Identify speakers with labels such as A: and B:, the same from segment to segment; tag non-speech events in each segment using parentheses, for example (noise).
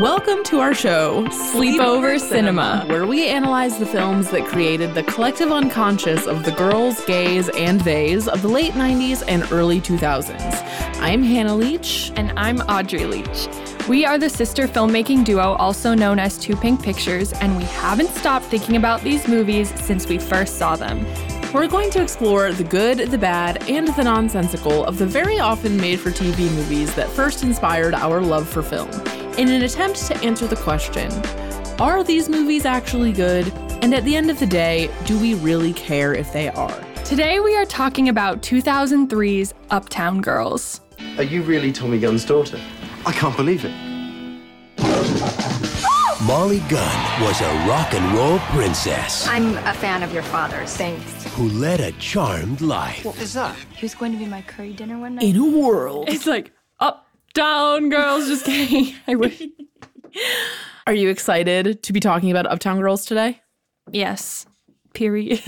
A: Welcome to our show,
B: Sleepover Cinema.
A: where we analyze the films that created the collective unconscious of the girls, gays, and theys of the late 90s and early 2000s. I'm Hannah Leach.
B: And I'm Audrey Leach. We are the sister filmmaking duo, also known as Two Pink Pictures, and we haven't stopped thinking about these movies since we first saw them.
A: We're going to explore the good, the bad, and the nonsensical of the very often made for TV movies that first inspired our love for film in an attempt to answer the question Are these movies actually good? And at the end of the day, do we really care if they are?
B: Today we are talking about 2003's Uptown Girls.
C: Are you really Tommy Gunn's daughter? I can't believe it.
D: Molly Gunn was a rock and roll princess
E: I'm a fan of your father's. Thanks.
D: who led a charmed life.
C: Is that?
E: He was going to be my curry dinner one night.
A: In a world
B: It's like Uptown Girls, (laughs) just kidding. I wish.
A: Are you excited to be talking about Uptown Girls today?
B: Yes, (laughs) period.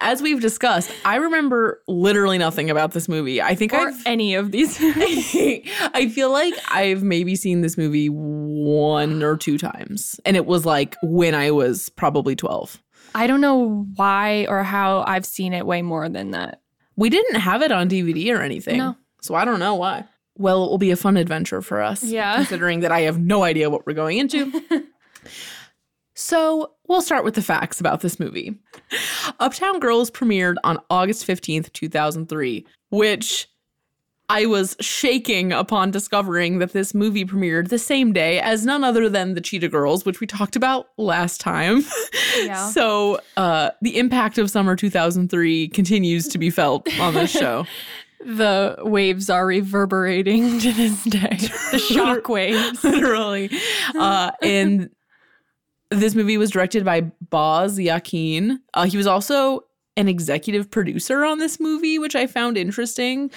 A: As we've discussed, I remember literally nothing about this movie. I think
B: or
A: I've, (laughs)
B: any of (laughs) these movies.
A: I feel like I've maybe seen this movie one or two times, and it was like when I was probably 12.
B: I don't know why or how I've seen it way more than that.
A: We didn't have it on DVD or anything.
B: No.
A: So I don't know why. Well, it will be a fun adventure for us.
B: Yeah. (laughs)
A: Considering that I have no idea what we're going into. so we'll start with the facts about this movie. Uptown Girls premiered on August 15th, 2003, which I was shaking upon discovering that this movie premiered the same day as none other than the Cheetah Girls, which we talked about last time. (laughs)
B: Yeah.
A: So uh, the impact of summer 2003 continues to be felt on this show.
B: The waves are reverberating (laughs) to this day. The shock
A: (laughs)
B: waves.
A: literally. Uh, and this movie was directed by Boz Yakin. Uh, he was also an executive producer on this movie, which I found interesting.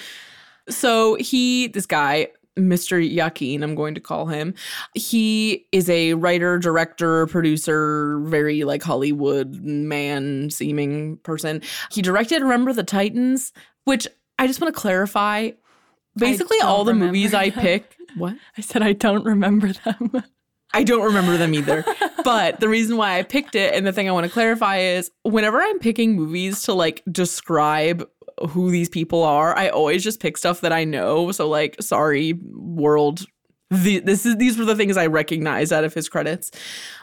A: So he, this guy, Mr. Yakin, I'm going to call him. He is a writer, director, producer, very like Hollywood man seeming person. He directed Remember the Titans, which I just want to clarify. Basically,
B: don't
A: all the
B: remember
A: movies I
B: that. (laughs)
A: pick. What?
B: I said I don't remember them.
A: I don't remember them
B: (laughs)
A: either. but the reason why I picked it and the thing I want to clarify is whenever I'm picking movies to like describe who these people are, I always just pick stuff that I know. So like, sorry world, the, this is these were the things I recognized out of his credits.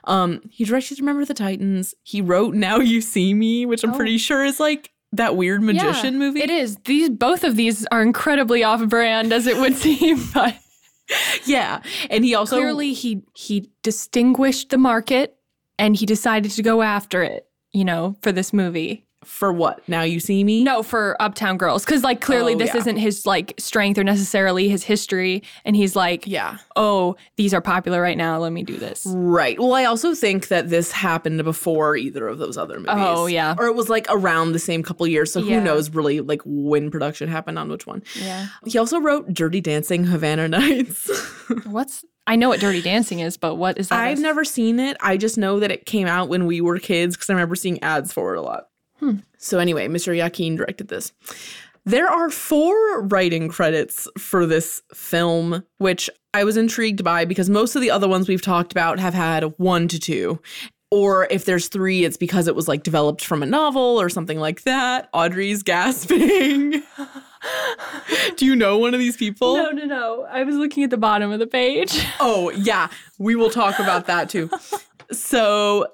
A: Um, he directed Remember the Titans. He wrote Now You See Me, which I'm
B: Oh.
A: pretty sure is like that weird magician movie.
B: It is. These both of these are incredibly off brand as it would (laughs) seem, but
A: (laughs) Yeah, and he also
B: clearly he he distinguished the market and he decided to go after it, you know, for this movie.
A: for what? Now You See Me.
B: No, for Uptown Girls cuz like clearly
A: Oh,
B: this
A: yeah.
B: isn't his like strength or necessarily his history and he's like,
A: Yeah.
B: "Oh, these are popular right now, let me do this."
A: Right. Well, I also think that this happened before either of those other movies.
B: Oh, yeah.
A: Or it was like around the same couple years. So
B: Yeah.
A: who knows really like when production happened on which one.
B: Yeah.
A: He also wrote Dirty Dancing Havana Nights. (laughs)
B: What's I know what Dirty Dancing is, but what is that?
A: I've
B: as-
A: never seen it. I just know that it came out when we were kids because I remember seeing ads for it a lot. So anyway, Mr. Yakin directed this. There are four writing credits for this film, which I was intrigued by because most of the other ones we've talked about have had one to two. Or if there's three, it's because it was like developed from a novel or something like that. Audrey's gasping. (laughs) Do you know one of these people?
B: No, no, no. I was looking at the bottom of
A: (laughs)
B: the page.
A: Oh, yeah. We will talk about that too. So,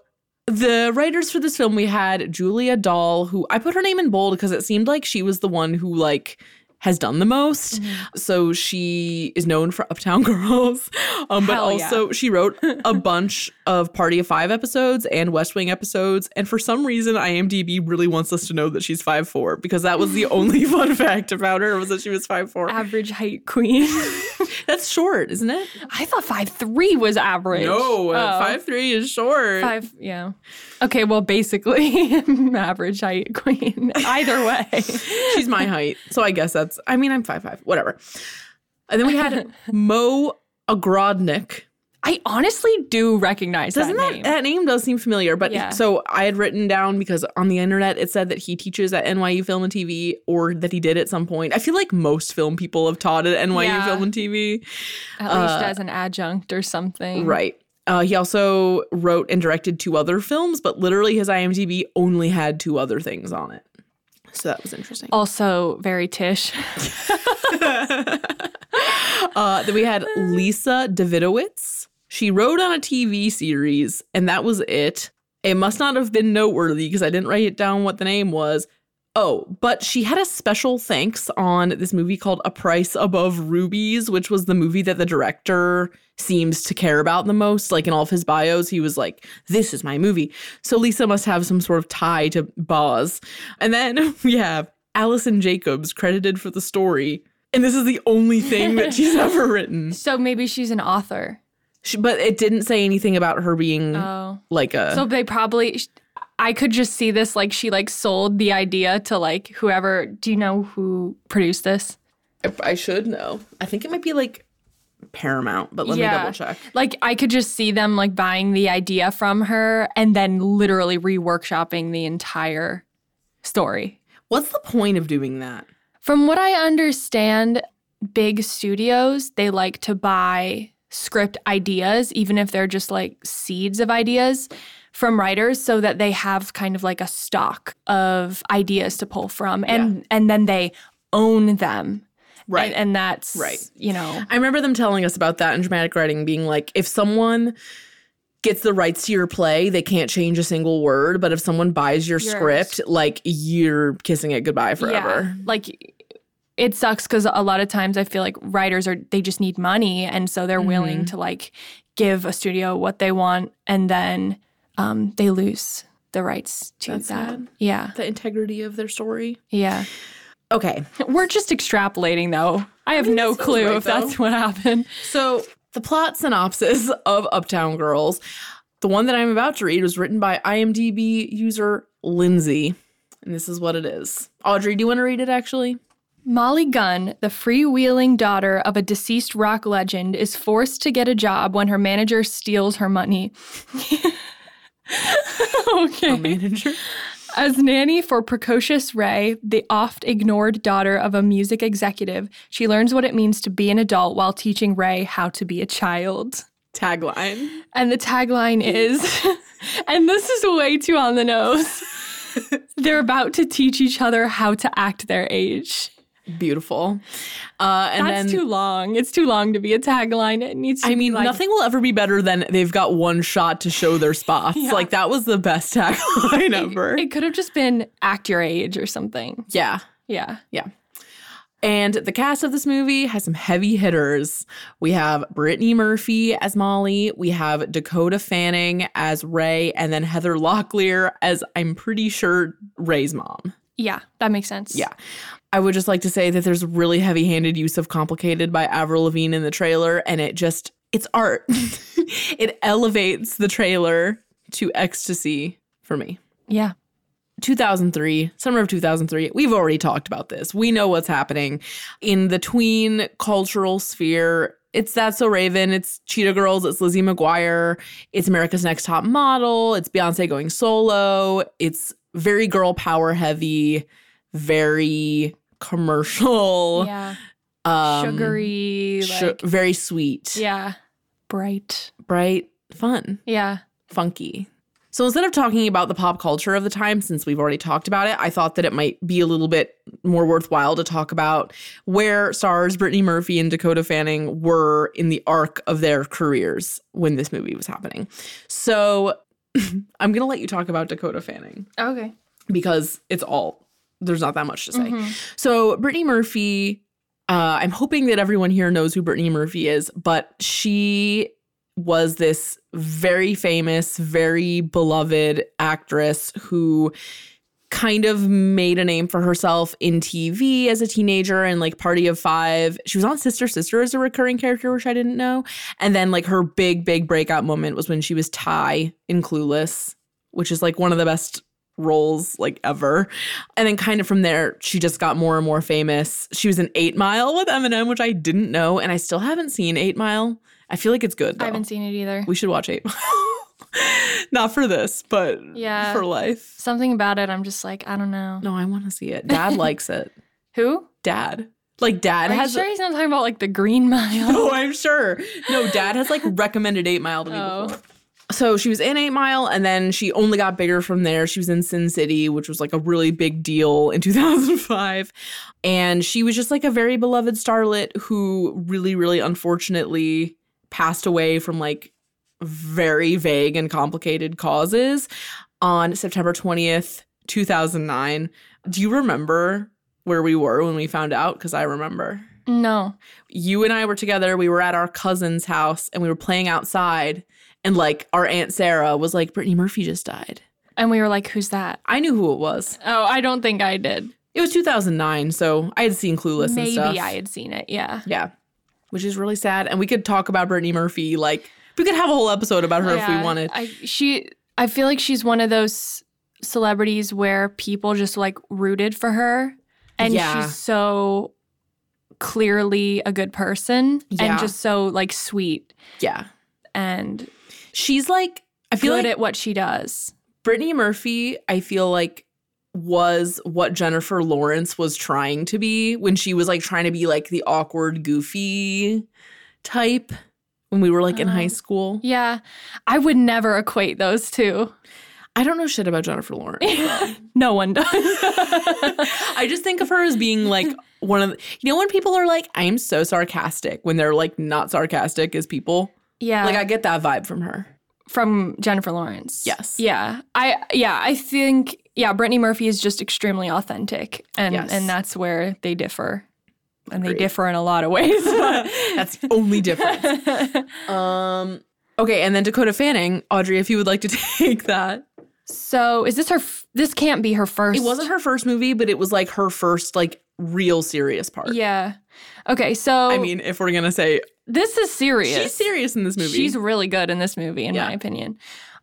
A: the writers for this film, we had Julia Dahl, who I put her name in bold because it seemed like she was the one who, like, has done the most.
B: Mm-hmm.
A: So she is known for Uptown (laughs) Girls, um, but
B: Hell yeah.
A: also she wrote
B: (laughs)
A: a bunch of Party of Five episodes and West Wing episodes. And for some reason, IMDb really wants us to know that she's five four because that was the only (laughs) fun fact about her was that she was five four.
B: Average height queen. (laughs)
A: That's short, isn't it?
B: I thought five three was average.
A: No, uh,
B: Oh.
A: five three is short.
B: Five, yeah. Okay, well, basically, (laughs) I'm average height queen. (laughs) Either
A: (laughs)
B: way.
A: She's my height, so I guess that's.
B: (laughs)
A: I mean, I'm five five, whatever. And then we had Mo Agrodnik.
B: I honestly do recognize
A: Doesn't
B: that,
A: that
B: name.
A: that name does seem familiar? But
B: Yeah.
A: so I had written down because on the internet it said that he teaches at NYU Film and TV, or that he did at some point. I feel like most film people have taught at NYU
B: Yeah.
A: Film and TV,
B: At least as an adjunct or something.
A: right? Uh, he also wrote and directed two other films, but literally his IMDb only had two other things on it. So that was interesting.
B: Also very Tish.
A: Uh, then we had Lisa Davidowitz. She wrote on a TV series, and that was it. It must not have been noteworthy because I didn't write it down what the name was. Oh, but she had a special thanks on this movie called A Price Above Rubies, which was the movie that the director seems to care about the most. Like in all of his bios, he was like, This is my movie. So Lisa must have some sort of tie to Boz. And then (laughs) we have Allison Jacobs credited for the story. And this is the only thing
B: (laughs)
A: that she's ever written.
B: (laughs) So maybe she's an author.
A: She, but it didn't say anything about her being
B: Oh.
A: like a.
B: So they probably I could just see this like she like sold the idea to like whoever do you know who produced this?
A: I, I should know. I think it might be like Paramount, but let me double check.
B: Like I could just see them like buying the idea from her and then literally reworkshopping the entire story.
A: What's the point of doing that?
B: From what I understand, big studios, they like to buy script ideas, even if they're just like seeds of ideas from writers so that they have kind of like a stock of ideas to pull from and and then they own them.
A: Right.
B: And, and that's
A: Right.
B: you know.
A: I remember them telling us about that in dramatic writing, being like, if someone gets the rights to your play, they can't change a single word, but if someone buys your
B: Yours.
A: script, like you're kissing it goodbye forever.
B: Yeah, like it sucks because a lot of times I feel like writers are they just need money, and so they're willing to like give a studio what they want, and then um, they lose the rights to
A: That's
B: that.
A: sad.
B: Yeah,
A: The integrity of their story.
B: yeah.
A: Okay.
B: (laughs) We're just extrapolating though. I have no
A: that sounds
B: clue
A: right,
B: if that's what happened.
A: So, the plot synopsis of Uptown Girls, the one that I'm about to read, was written by IMDb user Lindsay. And this is what it is. Audrey, do you want to read it actually?
B: Molly Gunn, the freewheeling daughter of a deceased rock legend, is forced to get a job when her manager steals her (laughs) money. okay.
A: (laughs) Manager.
B: As nanny for precocious Ray, the oft ignored daughter of a music executive, she learns what it means to be an adult while teaching Ray how to be a child.
A: Tagline.
B: And the tagline is, (laughs) and this is way too on
A: (laughs)
B: the nose, they're about to teach each other how to act their age.
A: Beautiful. Uh, and
B: That's
A: then,
B: too long. It's too long to be a tagline. It needs to
A: I
B: be
A: mean,
B: like,
A: nothing will ever be better than they've got one shot to show their
B: (laughs)
A: spots. Like, that was the best tagline ever.
B: It could have just been act your age or something.
A: yeah.
B: Yeah.
A: Yeah. And the cast of this movie has some heavy hitters. We have Brittany Murphy as Molly, we have Dakota Fanning as Ray, and then Heather Locklear as I'm pretty sure Ray's mom.
B: Yeah. That makes sense.
A: Yeah. I would just like to say that there's really heavy handed use of complicated by Avril Lavigne in the trailer, and it just, it's art. (laughs) it elevates the trailer to ecstasy for me.
B: Yeah.
A: 2003, summer of 2003, we've already talked about this. We know what's happening in the tween cultural sphere. It's That's So Raven, it's Cheetah Girls, it's Lizzie McGuire, it's America's Next Top Model, it's Beyonce going solo, it's very girl power heavy, very commercial,
B: Yeah.
A: um,
B: Sugary.
A: sh-
B: like,
A: very sweet,
B: Yeah. Bright.
A: bright, fun.
B: Yeah.
A: funky. So instead of talking about the pop culture of the time, since we've already talked about it, I thought that it might be a little bit more worthwhile to talk about where stars Brittany Murphy and Dakota Fanning were in the arc of their careers when this movie was happening. So (laughs) I'm going to let you talk about Dakota Fanning
B: Okay.
A: because it's all, there's not that much to say. So Brittany Murphy, uh, I'm hoping that everyone here knows who Brittany Murphy is, but she was this very famous, very beloved actress who kind of made a name for herself in TV as a teenager and like Party of 5. She was on Sister Sister as a recurring character which I didn't know. And then like her big big breakout moment was when she was Ty in Clueless, which is like one of the best roles like ever. And then kind of from there, she just got more and more famous. She was in Eight Mile with Eminem, which I didn't know, and I still haven't seen Eight Mile. I feel like it's good.
B: I
A: though.
B: haven't seen it either.
A: We should watch Eight Mile. (laughs) Not for this, but
B: Yeah.
A: for life.
B: Something about it, I'm just like, I don't know.
A: No, I want to see it.
B: (laughs)
A: Dad likes it.
B: Who?
A: Dad, like Dad
B: Are you
A: has.
B: sure he's not talking about like the Green Mile?
A: (laughs) Oh, I'm sure. No, Dad has like recommended Eight Mile to me
B: Oh.
A: before. So she was in Eight Mile, and then she only got bigger from there. She was in Sin City, which was like a really big deal in (laughs) 2005, and she was just like a very beloved starlet who really, really unfortunately passed away from like very vague and complicated causes on September 20th, 2009. Do you remember where we were when we found out? Because I remember
B: no.
A: you and I were together. We were at our cousin's house and we were playing outside. And like our Aunt Sarah was like, Brittany Murphy just died.
B: And we were like, who's that?
A: I knew who it was.
B: Oh, I don't think I did.
A: It was 2009. So I had seen Clueless and
B: Maybe
A: stuff.
B: I had seen it. Yeah.
A: Yeah. Which is really sad. And we could talk about Brittany Murphy. Like, we could have a whole episode about her if
B: Yeah,
A: we wanted.
B: I she I feel like she's one of those celebrities where people just like rooted for her and
A: Yeah.
B: she's so clearly a good person
A: Yeah.
B: and just so like sweet
A: yeah.
B: and
A: She's like, I feel
B: good
A: like
B: at what she does.
A: Brittany Murphy, I feel like was what Jennifer Lawrence was trying to be when she was like trying to be like the awkward, goofy type when we were like in high
B: Um,
A: school.
B: Yeah. I would never equate
A: (laughs)
B: those two.
A: I don't know shit about Jennifer Lawrence.
B: (laughs)
A: though.
B: No one does.
A: (laughs) I just think of her as being like one of the, you know when people are like I'm so sarcastic when they're like not sarcastic as people.
B: yeah.
A: Like I get that vibe from her.
B: from Jennifer Lawrence.
A: Yes.
B: Yeah. I yeah, I think yeah, Brittany Murphy is just extremely authentic and
A: Yes.
B: and that's where they differ. And
A: Agreed.
B: they differ in a lot of
A: (laughs)
B: ways. But
A: That's the only
B: (laughs)
A: difference. Um okay, and then Dakota Fanning, Audrey if you would like to (laughs) take that.
B: so, is this her f- this can't be her first
A: It wasn't her first movie, but it was like her first like real serious part.
B: Yeah. Okay, so
A: I mean, if we're gonna say
B: this is serious.
A: she's serious in this movie.
B: She's really good in this movie, in
A: Yeah.
B: my opinion.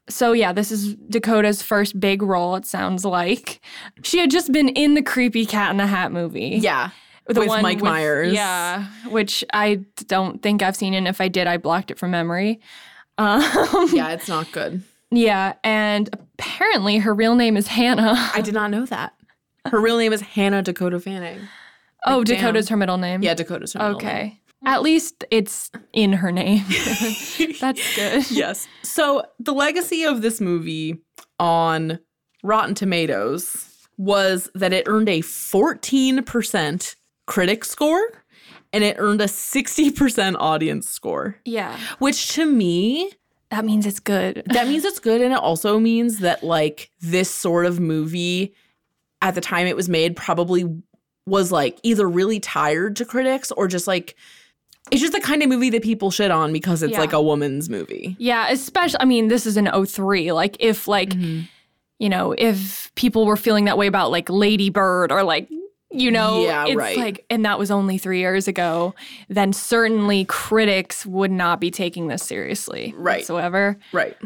B: So yeah, this is Dakota's first big role. It sounds like she had just been in the creepy Cat in the Hat movie.
A: yeah. with Mike Myers.
B: Yeah, which I don't think I've seen, and if I did, I blocked it from memory. (laughs) Um, yeah.
A: (laughs) Yeah, it's not good.
B: and apparently her real name is Hannah.
A: I did not know that. Her real name is Hannah Dakota Fanning.
B: (laughs) oh,
A: damn.
B: Dakota's her middle name.
A: Yeah, Dakota's her middle (laughs) name.
B: Okay. (laughs) At least it's in her name. (laughs)
A: (laughs)
B: That's good.
A: Yes. So the legacy of this movie on Rotten Tomatoes was that it earned a 14% critic score and it earned a 60% audience score,
B: Yeah.
A: which to me
B: That means it's good.
A: that means it's good and it also means that like this sort of movie at the time it was made probably was like either really tired to critics or just like it's just the kind of movie that people shit on because it's
B: Yeah.
A: like a woman's movie.
B: Yeah, especially I mean, this is an 03. Like if like,
A: Mm-hmm.
B: you know, if people were feeling that way about like Lady Bird or like you know,
A: Yeah,
B: it's
A: right.
B: like and that was only 3 years ago, then certainly critics would not be taking this seriously
A: Right.
B: whatsoever.
A: Right.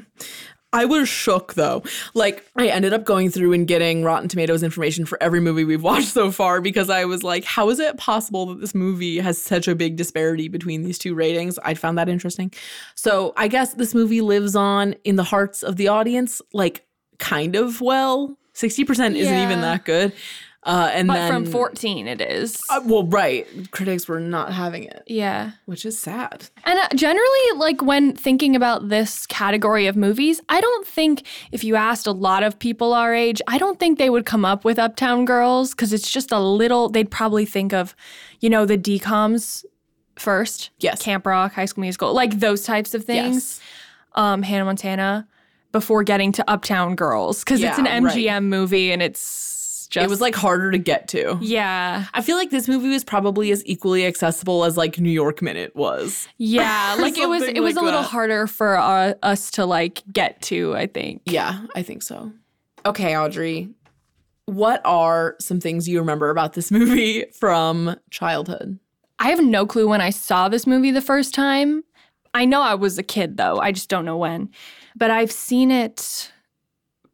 A: I was shook though. Like, I ended up going through and getting Rotten Tomatoes information for every movie we've (laughs) watched so far because I was like, how is it possible that this movie has such a big disparity between these two ratings? I found that interesting. So I guess this movie lives on in the hearts of the audience, like, kind of well. 60% isn't even
B: Yeah.
A: that good. Uh, and
B: But
A: then,
B: from 14 it is.
A: Uh, well, right. Critics were not having it,
B: yeah.
A: which is sad.
B: And uh, generally, like when thinking about this category of movies, I don't think if you asked a lot of people our age, I don't think they would come up with Uptown Girls because it's just a little, they'd probably think of, you know, the DCOMs first.
A: Yes.
B: Camp Rock, High School Musical, like those types of
A: Yes.
B: things. Um, Hannah Montana before getting to Uptown Girls because it's
A: Yeah,
B: an
A: right.
B: MGM movie and it's just.
A: It was like harder to get to.
B: Yeah.
A: I feel like this movie was probably as equally accessible as like New York Minute was.
B: Yeah. like
A: (laughs)
B: it was,
A: something
B: it was
A: like
B: a little
A: that.
B: harder for uh, us to like get to, I think.
A: Yeah, I think so. Okay, Audrey, what are some things you remember about this movie from childhood?
B: I have no clue when I saw this movie the first time. I know I was a kid though. I just don't know when. But I've seen it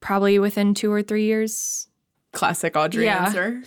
B: probably within 2 or 3 years.
A: Classic Audrey
B: Yeah.
A: answer.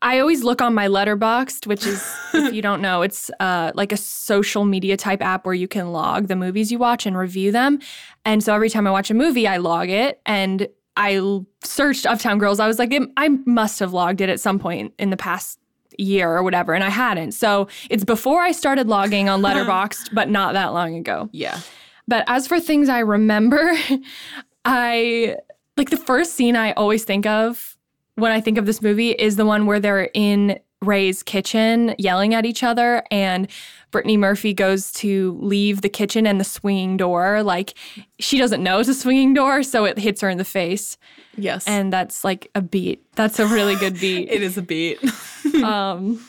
B: I always look on my letterboxed, which is, if you don't know, it's uh, like a social media type app where you can log the movies you watch and review them. And so every time I watch a movie, I log it. And I l- searched Uptown Girls. I was like, "Im- I must have logged it at some point in the past year or whatever. And I hadn't. So it's before I started logging on Letterboxd, but not that long ago.
A: Yeah.
B: But as for things I remember, (laughs) I like the first scene I always think of when I think of this movie is the one where they're in Ray's kitchen yelling at each other and Brittany Murphy goes to leave the kitchen and the swinging door like she doesn't know it's a swinging door so it hits her in the face
A: Yes.
B: and that's like a beat that's a
A: (laughs)
B: really good beat
A: it is a
B: (laughs)
A: beat.
B: um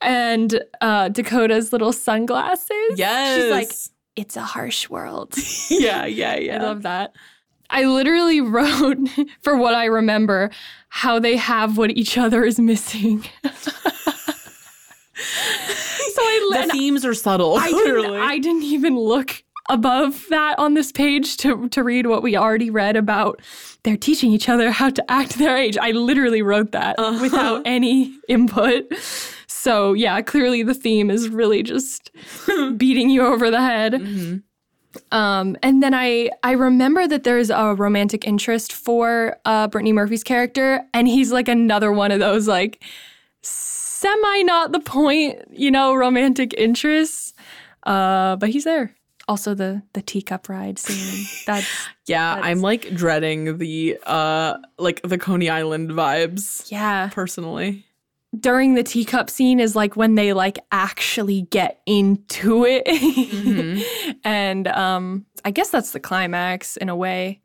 B: and uh Dakota's little sunglasses
A: yes.
B: she's like it's a harsh world
A: (laughs) yeah, yeah, yeah.
B: I love that. I literally (laughs) wrote, for what I remember, how they have what each other is missing. (laughs) so I,
A: the
B: and
A: themes are subtle.
B: I, didn't,
A: literally.
B: I didn't even look above that on this page to, to read what we already read about they're teaching each other how to act their age. I literally wrote that without any input. So, yeah, clearly the theme is really just beating you over the head. Um, and then I I remember that there's a romantic interest for uh, Brittany Murphy's character, and he's like another one of those like semi not the point, you know, romantic interests. Uh, but he's there. Also the the teacup ride scene. That's
A: yeah,
B: That's-
A: I'm like dreading the uh like the Coney Island vibes
B: yeah.
A: personally.
B: During the teacup scene is like when they like actually get into it, (laughs) and um, I guess that's the climax in a way.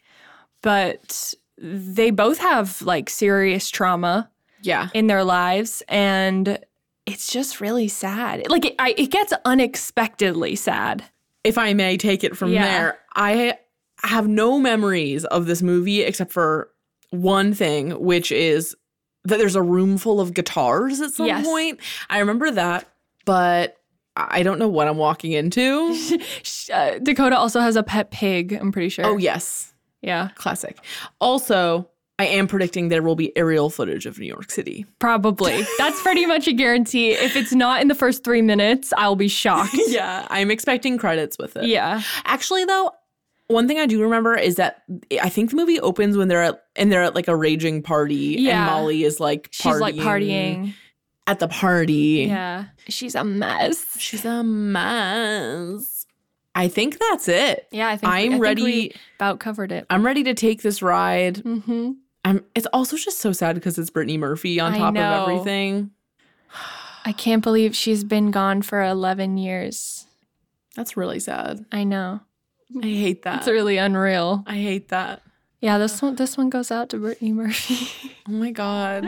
B: But they both have like serious trauma.
A: Yeah.
B: in their lives and it's just really sad like it, I, it gets unexpectedly sad
A: If I may take it from
B: Yeah.
A: there, I have no memories of this movie except for one thing, which is that there's a room full of guitars at some
B: Yes.
A: point. I remember that, but I don't know what I'm walking into.
B: Sh- uh, dakota also has a pet pig i'm pretty sure
A: oh, yes.
B: yeah
A: Classic. Also, I am predicting there will be aerial footage of New York
B: (laughs)
A: City.
B: probably that's pretty much a guarantee if it's not in the first three minutes i'll be shocked
A: Yeah, I'm expecting credits with it.
B: (laughs) yeah
A: Actually, though, one thing I do remember is that I think the movie opens when they're at and they're at like a raging party,
B: Yeah.
A: and Molly is like partying
B: she's like partying
A: at the party.
B: yeah she's a mess
A: she's a mess. I think that's it.
B: yeah i think
A: I'm
B: I think
A: ready.
B: we about covered it
A: I'm ready to take this ride.
B: mm-hmm.
A: I'm. It's also just so sad because it's Brittany Murphy on
B: I
A: top
B: know.
A: of everything.
B: i can't believe she's been gone for 11 years
A: That's really sad.
B: i know
A: I hate that.
B: it's really unreal
A: I hate that.
B: Yeah, this one this one goes out to Brittany Murphy. (laughs)
A: Oh my god.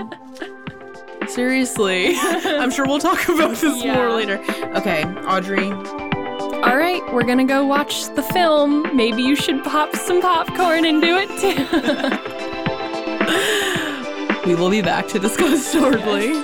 A: Seriously. I'm sure we'll talk about this
B: Yeah.
A: more later. Okay, Audrey.
B: All right, we're gonna go watch the film. Maybe you should pop some popcorn and do it too.
A: We will be back to discuss (laughs) shortly.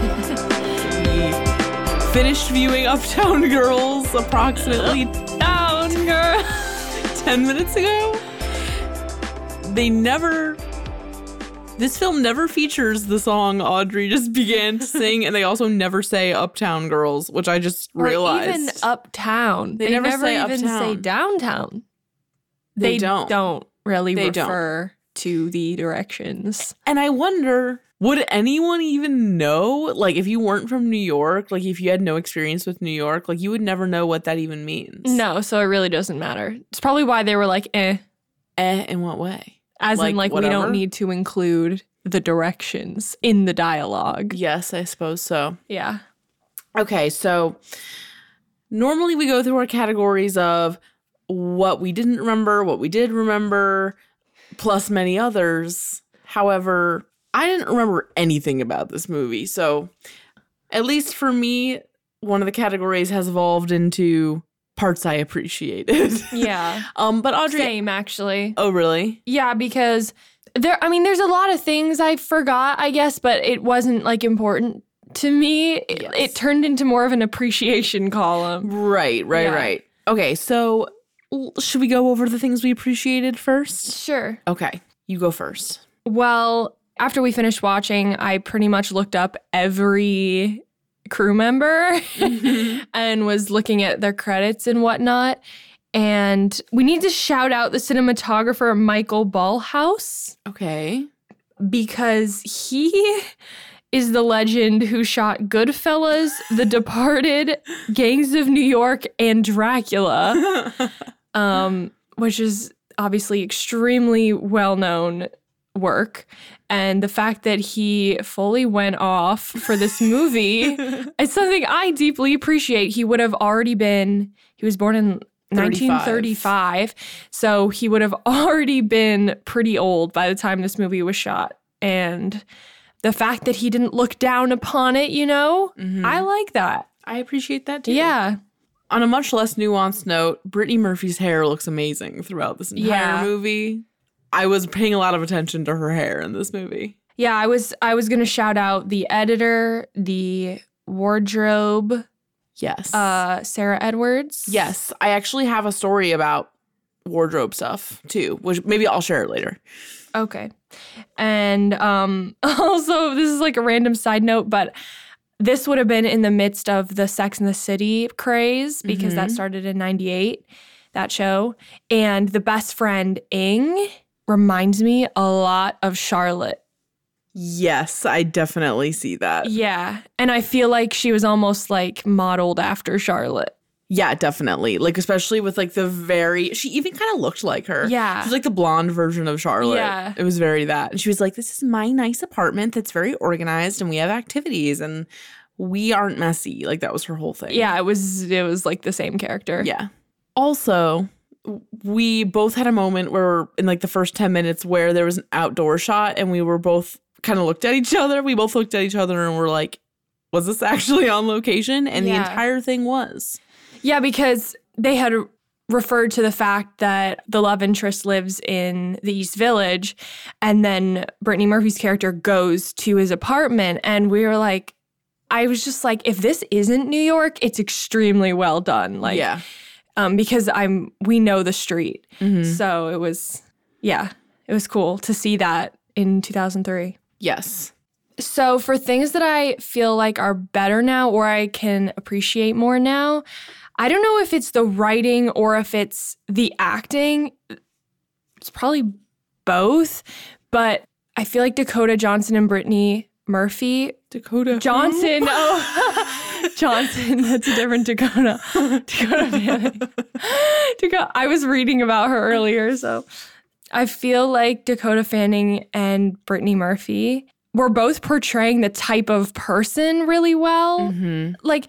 A: we finished viewing Uptown Girls approximately
B: Down,
A: (laughs)
B: girl.
A: 10 minutes ago. They never. This film never features the song Audrey just began to sing, and they also never say Uptown Girls, which I just realized.
F: Or even uptown.
A: They
F: They,
A: never
F: never,
A: say
F: even say
A: uptown.
F: downtown.
A: They don't.
B: don't really
A: They don't.
B: refer to the directions.
A: And I wonder, would anyone even know? Like, if you weren't from New York, like, if you had no experience with New York, like, you would never know what that even means.
B: No, so it really doesn't matter. It's probably why they were like, eh,
A: Eh, in what way?
B: as
A: Like,
B: in like we
A: whatever.
B: don't need to include the directions in the dialogue.
A: Yes, I suppose so.
B: Yeah.
A: Okay, so normally we go through our categories of what we didn't remember, what we did remember, plus many others. However, I didn't remember anything about this movie. So, at least for me, one of the categories has evolved into parts I appreciated. (laughs)
B: Yeah.
A: um, but Audrey.
B: (laughs) Same actually.
A: Oh, really?
B: Yeah, because there I mean there's a lot of things I forgot, I guess, but it wasn't like important to me. It,
A: Yes.
B: it turned into more of an appreciation column.
A: Right, right,
B: Yeah.
A: right. Okay, so l- should we go over the things we appreciated first?
B: Sure.
A: Okay, you go first.
B: Well, after we finished watching, I pretty much looked up every crew member (laughs) and was looking at their credits and whatnot. And we need to shout out the cinematographer Michael Ballhouse
A: Okay.
B: because he is the legend who shot Goodfellas, The Departed, Gangs of New York, and Dracula, um, which is obviously extremely well known work. And the fact that he fully went off for this movie is something I deeply appreciate. He would have already been, he was born in 1935. So he would have (laughs) already been pretty old by the time this movie was shot. And the fact that he didn't look down upon it, you know,
A: Mhm.
B: I like that.
A: I appreciate that too.
B: Yeah.
A: On a much less nuanced note, Brittany Murphy's hair looks amazing throughout this entire
B: Yeah.
A: movie. I was paying a lot of attention to her hair in this movie.
B: Yeah, I was I was gonna shout out the editor, the wardrobe,
A: Yes.
B: uh, Sarah Edwards.
A: yes. I actually have a story about wardrobe stuff too, which maybe I'll share it later.
B: Okay. And um (laughs) also this is like a random side note, but this would have been in the midst of the Sex and the City craze because that
A: Mhm.
B: started in 98, that show. And the best friend Ing reminds me a lot of Charlotte.
A: Yes, I definitely see that.
B: Yeah. And I feel like she was almost like modeled after Charlotte.
A: Yeah, definitely. Like especially with like the very she even kind of looked like her.
B: Yeah.
A: She was like the blonde version of Charlotte.
B: Yeah.
A: It was very that. And she was like, This is my nice apartment that's very organized and we have activities and we aren't messy. Like that was her whole thing.
B: Yeah, it was it was like the same character.
A: Yeah. Also, w- we both had a moment where in like the first 10 minutes where there was an outdoor shot and we were both kind of looked at each other. We both looked at each other and were like, was this actually on location? And
B: Yeah.
A: the entire thing was.
B: Yeah, because they had referred to the fact that the love interest lives in the East Village, and then Brittany Murphy's character goes to his apartment, and we were like, I was just like, if this isn't New York, it's extremely well done. Like,
A: yeah.
B: um, because I'm we know the street,
A: Mhm.
B: so it was, yeah, it was cool to see that in 2003.
A: Yes.
B: So, for things that I feel like are better now or I can appreciate more now, I don't know if it's the writing or if it's the acting. It's probably both, but I feel like Dakota Johnson and Brittany Murphy.
A: Dakota Mm.
B: Johnson, oh, (laughs) Johnson, that's a different Dakota. (laughs) Dakota Fanning. Dakota, I was reading about her earlier, so I feel like Dakota Fanning and Brittany Murphy were both portraying the type of person really well.
A: Mhm.
B: Like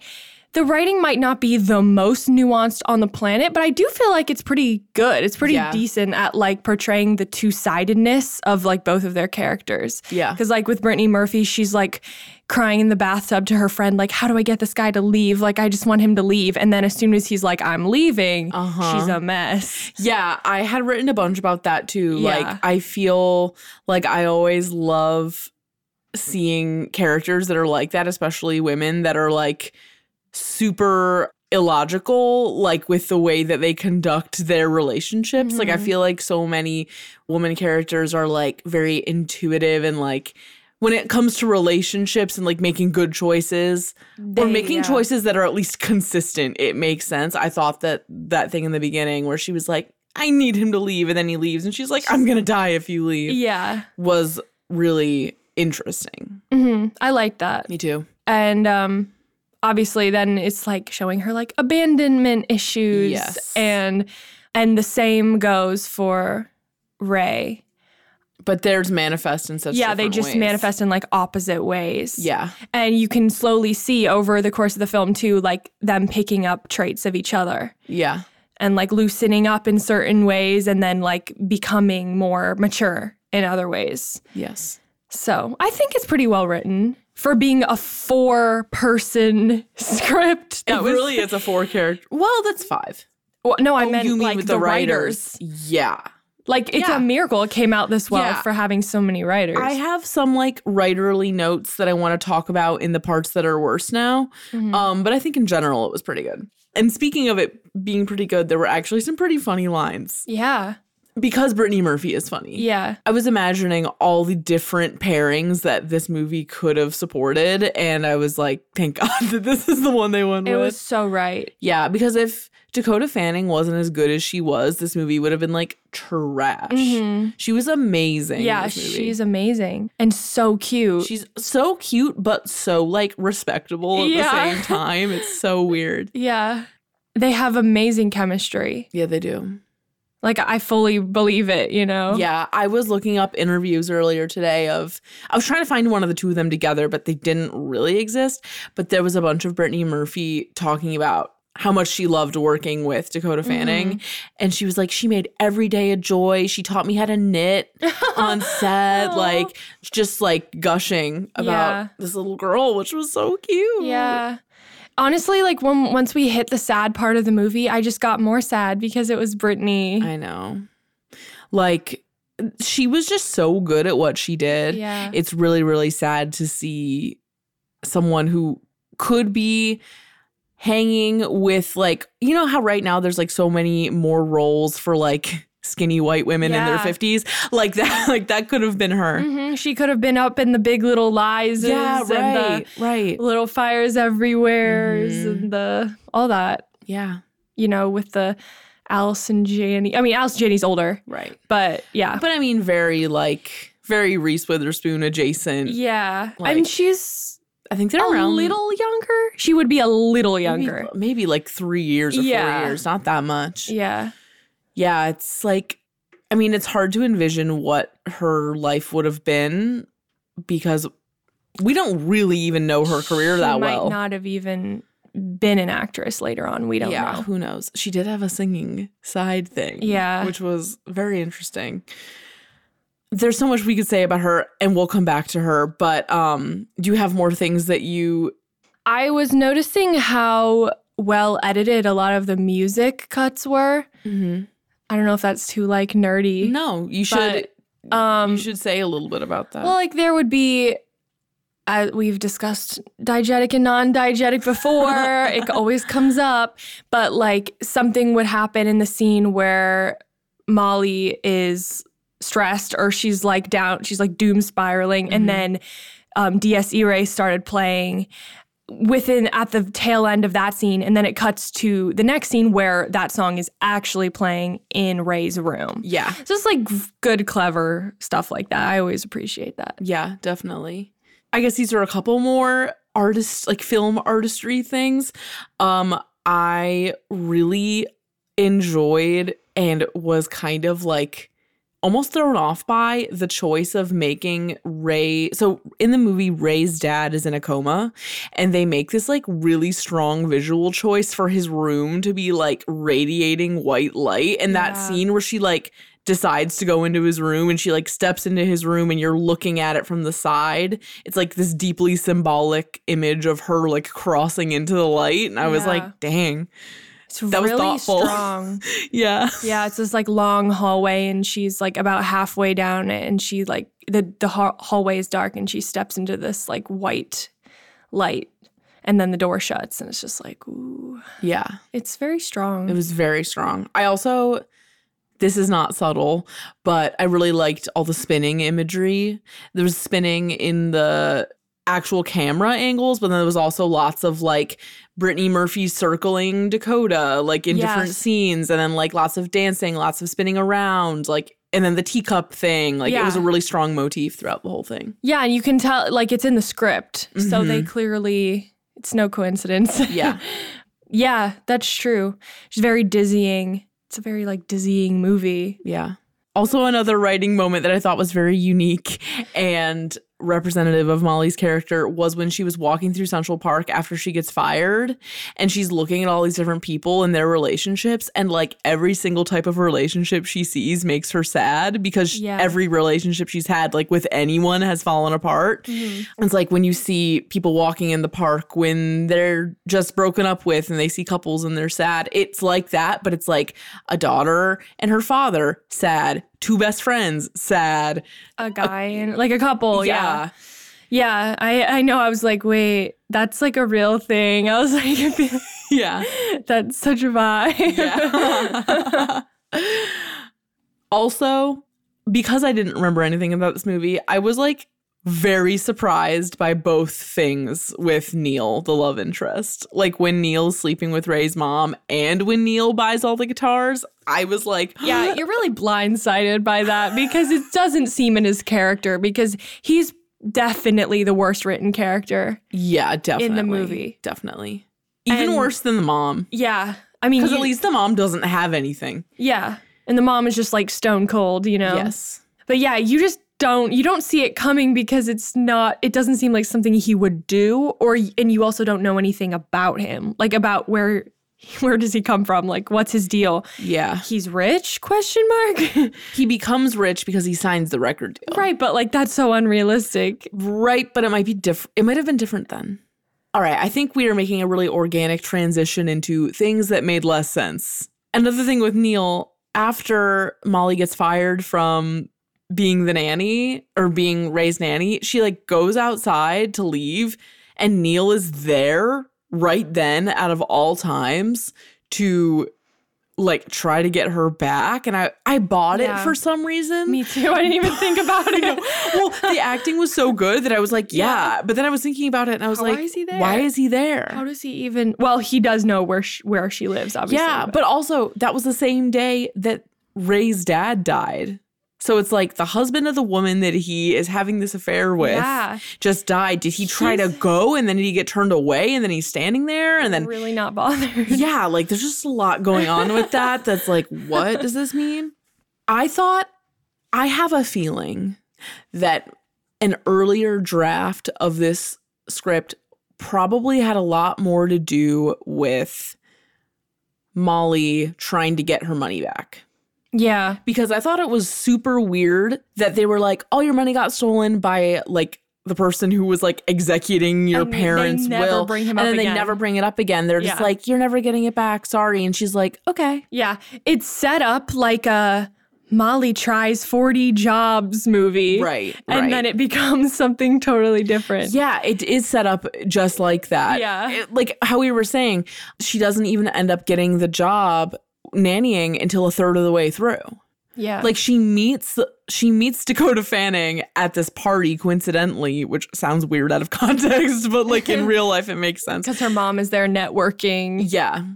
B: the writing might not be the most nuanced on the planet, but I do feel like it's pretty good. It's pretty
A: Yeah.
B: decent at like portraying the two-sidedness of like both of their characters.
A: Yeah.
B: Because, like, with Brittany Murphy, she's like crying in the bathtub to her friend, like, how do I get this guy to leave? Like, I just want him to leave. And then as soon as he's like, I'm leaving,
A: Uh-huh.
B: she's a mess.
A: Yeah, I had written a bunch about that too.
B: Yeah.
A: Like I feel like I always love seeing characters that are like that, especially women that are like super illogical like with the way that they conduct their relationships. Like I
B: Mhm.
A: feel like so many woman characters are like very intuitive and like when it comes to relationships and like making good choices, or making choices that are at least consistent. It makes sense. I thought that that thing in the beginning where she was like, I need him to leave. And then he leaves. And she's like, I'm going to die if you leave.
B: Yeah.
A: Was really interesting.
B: hmm I like that.
A: Me too.
B: And um, obviously, then it's like showing her like abandonment issues.
A: Yes.
B: And and the same goes for Ray.
A: But theirs manifest in such
B: yeah, they
A: different
B: just
A: ways.
B: manifest in like opposite ways.
A: Yeah.
B: And you can slowly see over the course of the film too, like them picking up traits of each other
A: Yeah.
B: and like loosening up in certain ways and then like becoming more mature in other ways.
A: Yes.
B: So I think it's pretty well written for being a four person (laughs) script.
A: It really is a four character. Well, that's five.
B: Well, no, I
A: Oh,
B: meant
A: you mean
B: like
A: with
B: the,
A: the
B: writers.
A: writers. Yeah.
B: Like it's
A: Yeah.
B: a miracle it came out this well
A: Yeah.
B: for having so many writers.
A: I have some like writerly notes that I want to talk about in the parts that are worse now.
B: Mhm.
A: Um, but I think in general it was pretty good. And speaking of it being pretty good, there were actually some pretty funny lines
B: yeah,
A: because Brittany Murphy is funny.
B: yeah,
A: I was imagining all the different pairings that this movie could have supported, and I was like, thank (laughs) God that this is the one they went
B: it
A: with.
B: was so right.
A: yeah, because if Dakota Fanning wasn't as good as she was, this movie would have been like trash.
B: Mhm.
A: She was amazing. in
B: Yeah,
A: this movie.
B: she's amazing and so cute.
A: She's so cute, but so like respectable at
B: Yeah.
A: the (laughs) same time. It's so weird.
B: yeah, they have amazing chemistry.
A: Yeah, they do.
B: Like I fully believe it. You know.
A: Yeah, I was looking up interviews earlier today of I was trying to find one of the two of them together, but they didn't really exist. But there was a bunch of Brittany Murphy talking about how much she loved working with Dakota Fanning. And she was like, she made every day a joy. She taught me how to knit on (laughs) set,
B: Aw.
A: like just like gushing about
B: Yeah.
A: this little girl, which was so cute.
B: Yeah. Honestly, like when once we hit the sad part of the movie, I just got more sad because it was Brittany.
A: I know. Like she was just so good at what she did.
B: Yeah.
A: It's really really sad to see someone who could be hanging with like you know how right now there's like so many more roles for like skinny white women in their
B: Yeah.
A: 50s like that (laughs) like that could have been her.
B: Mhm. She could have been up in the big little lies
A: Yeah,
B: and
A: right. Right.
B: the little fires everywhere
A: Mhm.
B: and the all that,
A: Yeah,
B: you know, with the Alice and Janie. I mean, Alice and Janie's older,
A: right.
B: but yeah.
A: But I mean very like very Reese Witherspoon adjacent.
B: yeah. I
A: like,
B: mean, she's
A: I think they're
B: a
A: around
B: little younger. She would be a little
A: maybe-
B: younger.
A: Maybe, like three years or
B: Yeah.
A: four years, not that much. Yeah.
B: Yeah.
A: it's like, I mean, it's hard to envision what her life would have been because we don't really even know Oh, her career
B: she
A: that
B: might
A: well.
B: not have even been an actress later on. We don't
A: yeah,
B: know.
A: who knows? She did have a singing side thing.
B: Yeah.
A: Which was very interesting. There's so much we could say about her and we'll come back to her, but um do you have more things that you
B: I was noticing how well edited a lot of the music cuts were. I don't know if that's too like nerdy.
A: No, you should
B: Um
A: you should say a little bit about that.
B: well like there would be uh, we've discussed diegetic and non-diegetic before. it always comes up, but like something would happen in the scene where Molly is stressed or she's like down, she's like doom spiraling
A: Mhm.
B: and then um DS Ray started playing within at the tail end of that scene and then it cuts to the next scene where that song is actually playing in Ray's room.
A: yeah.
B: It's Just like v- good, clever stuff like that. I always appreciate that.
A: Yeah, definitely. I guess these are a couple more artist like film artistry things. Um I really enjoyed and was kind of like almost thrown off by the choice of making Ray so in the movie Ray's dad is in a coma and they make this like really strong visual choice for his room to be like radiating white light and that
B: Yeah.
A: scene where she like decides to go into his room and she like steps into his room and you're looking at it from the side it's like this deeply symbolic image of her like crossing into the light and i was
B: Yeah.
A: like dang
B: It's
A: That was
B: really
A: thoughtful.
B: strong.
A: yeah
B: yeah, it's this like long hallway, and she's like about halfway down it, and she like the the ha- hallway is dark, and she steps into this like white light, and then the door shuts, and it's just like ooh,
A: yeah
B: it's very strong.
A: It was very strong. I also, this is not subtle, but I really liked all the spinning imagery. There was spinning in the actual camera angles, but then there was also lots of like Brittany Murphy circling Dakota, like in different
B: Yes.
A: scenes, and then like lots of dancing, lots of spinning around, like and then the teacup thing. Like it was a
B: Yeah.
A: really strong motif throughout the whole thing.
B: Yeah, and you can tell like it's in the script. So
A: Mm-hmm.
B: they clearly it's no coincidence. (laughs)
A: Yeah.
B: yeah, that's true. It's very dizzying. It's a very like dizzying movie.
A: Yeah. Also, another writing moment that I thought was very unique and representative of Molly's character was when she was walking through Central Park after she gets fired and she's looking at all these different people and their relationships. And like every single type of relationship she sees makes her sad because
B: Yeah.
A: every relationship she's had, like with anyone, has fallen apart. It's like when you see people walking in the park when they're just broken up with and they see couples and they're sad. It's like that, but it's like a daughter and her father, sad. Two best friends, sad.
B: A guy and like a couple, yeah. Yeah, I I know I was like, "Wait, that's like a real thing." I was (laughs) like,
A: Yeah. (laughs)
B: "That's such a vibe."
A: Yeah. also, because I didn't remember anything about this movie, I was like very surprised by both things with Neil, the love interest. Like when Neil's sleeping with Ray's mom and when Neil buys all the guitars, I was like,
B: (laughs) Yeah, you're really blindsided by that because it doesn't seem in his character because he's definitely the worst written character.
A: (gasps) yeah, definitely.
B: movie.
A: Definitely. Even
B: And-
A: worse than the mom.
B: Yeah. I mean,
A: Because at
B: you-
A: least the mom doesn't have anything.
B: yeah. And the mom is just like stone cold, you know.
A: Yes.
B: But yeah, you just don't you don't see it coming because it's not it doesn't seem like something he would do or and you also don't know anything about him. Like about where (laughs) where does he come from? Like what's his deal?
A: Yeah.
B: He's rich? Question mark. (laughs)
A: He becomes rich because he signs the record deal.
B: right, but like that's so unrealistic.
A: Right, but it might be different. It might have been different then. All right, I think we are making a really organic transition into things that made less sense. Another thing with Neil, after Molly gets fired from being the nanny or being Ray's nanny, she like goes outside to leave, and Neil is there right then out of all times to like try to get her back. And I I bought it
B: Yeah.
A: for some reason
B: Me too. I didn't even think
A: (laughs)
B: about it.
A: well, the acting was so good that I was like, yeah. But then I was thinking about it and I was
B: Why
A: like,
B: is he there?
A: Why is he there?
B: How does he even? Well, he does know where she, where she lives, obviously.
A: yeah, but also that was the same day that Ray's dad died. So it's like the husband of the woman that he is having this affair with
B: Yeah.
A: just died. Did he try to go and then did he get turned away and then he's standing there and then
B: really not bothered. (laughs)
A: yeah, like there's just a lot going on with that. That's like, what does this mean? I thought, I have a feeling that an earlier draft of this script probably had a lot more to do with Molly trying to get her money back.
B: Yeah.
A: Because I thought it was super weird that they were like, all your money got stolen by like the person who was like executing your
B: And they
A: parents'
B: never
A: will.
B: bring him
A: and
B: up
A: then they
B: again.
A: never bring it up again. They're just
B: Yeah.
A: like, you're never getting it back. Sorry. And she's like, okay.
B: Yeah. It's set up like a Molly tries 40 jobs movie.
A: Right,
B: And
A: right.
B: then it becomes (laughs) something totally different.
A: Yeah, it is set up just like that.
B: Yeah.
A: It- like how we were saying, she doesn't even end up getting the job nannying until a third of the way through.
B: Yeah.
A: Like she meets she meets Dakota Fanning at this party coincidentally, which sounds weird out of (laughs) context, but like
B: (laughs)
A: in real life it makes sense.
B: because her mom is there networking.
A: Yeah.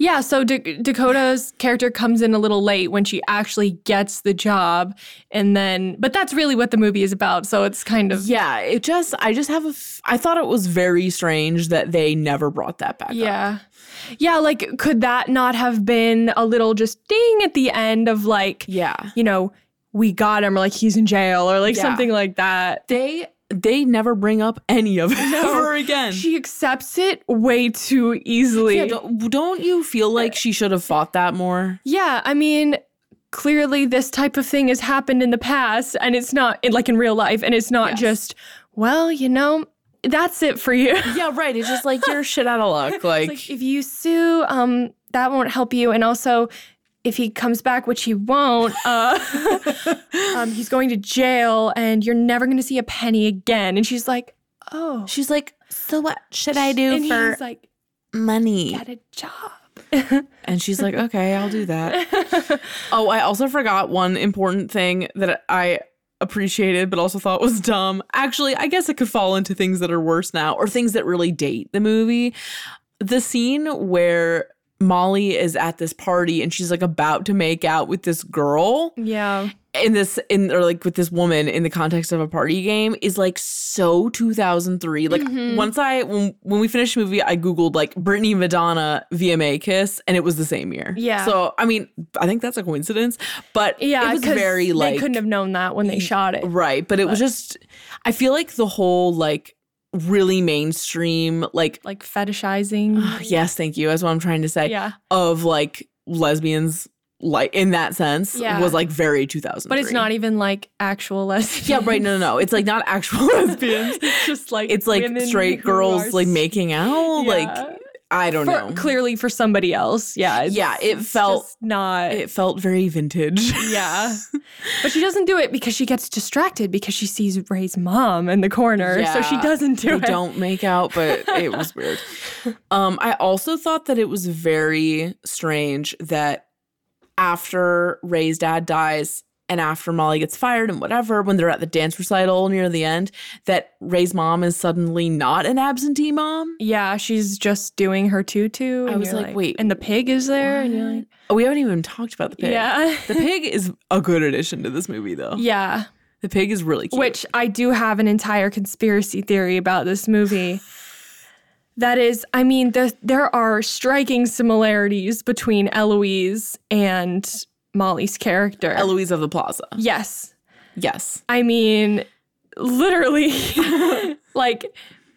B: Yeah, so Da- Dakota's character comes in a little late when she actually gets the job, and then, but that's really what the movie is about. So it's kind of
A: Yeah, it just I just have a f- I thought it was very strange that they never brought that back. up.
B: Yeah. Yeah, like could that not have been a little just ding at the end of like,
A: Yeah.
B: you know, we got him or like he's in jail or like
A: Yeah.
B: something like that.
A: They they never bring up any of it ever again.
B: She accepts it way too easily.
A: yeah, don't, don't you feel like she should have fought that more?
B: Yeah, I mean, clearly this type of thing has happened in the past and it's not in, like in real life and it's not
A: Yes.
B: just, well, you know, that's it for you. (laughs)
A: Yeah, right. It's just like you're shit out of (laughs) luck. Like,
B: It's like if you sue, um, that won't help you. And also, if he comes back, which he won't, uh,
A: (laughs)
B: um, he's going to jail, and you're never going to see a penny again. And she's like, "Oh,"
A: she's like, so what should I do
B: and
A: for
B: he's like,
A: money?
B: "Get a job." (laughs)
A: And she's like, Uh, okay, I'll do that. oh, I also forgot one important thing that I appreciated but also thought was dumb. Actually, I guess it could fall into things that are worse now or things that really date the movie. The scene where Molly is at this party and she's like about to make out with this girl
B: Yeah.
A: in this in or like with this woman in the context of a party game is like so 2003 like
B: Mhm.
A: once i when, when we finished the movie i googled like britney madonna vma kiss and it was the same year
B: Yeah.
A: so i mean i think that's a coincidence but
B: Yeah.
A: it was
B: 'cause
A: very like mm,
B: they couldn't have known that when they shot it.
A: right but it was just i feel like the whole like really mainstream like
B: Like fetishizing.
A: (sighs) yes thank you that's what i'm trying to say
B: Yeah.
A: of like lesbians like in that sense
B: Yeah.
A: was like very 2000
B: But it's not even like actual (laughs) lesbians.
A: yeah, right. No, no, no. It's like not actual (laughs)
B: (laughs)
A: lesbians.
B: it's just like
A: It's like
B: women
A: straight
B: who
A: girls
B: are
A: like
B: s-
A: making out.
B: Yeah.
A: Like I don't
B: for,
A: know.
B: Clearly for somebody else. Yeah. it's-
A: Yeah, it
B: it's
A: felt-
B: just not.
A: It felt very vintage.
B: (laughs) yeah. But she doesn't do it because she gets distracted because she sees Ray's mom in the corner. So she
A: Yeah,
B: doesn't
A: (laughs)
B: do
A: they
B: it.
A: don't make out, but it
B: (laughs)
A: was weird. Um, I also thought that it was very strange that after Ray's dad dies and after Molly gets fired and whatever, when they're at the dance recital near the end, that Ray's mom is suddenly not an absentee mom.
B: Yeah, she's just doing her tutu.
A: I
B: and
A: was
B: you're
A: like, wait,
B: and the pig is there, and you're like,
A: Oh, (gasps) we haven't even talked about the pig.
B: yeah,
A: The pig is a good addition to this movie, though.
B: yeah.
A: The pig is really cute.
B: Which I do have an entire conspiracy theory about this movie. That is, I mean, the, there are striking similarities between Eloise and Molly's character.
A: Eloise of the Plaza.
B: yes,
A: Yes.
B: I mean, literally, like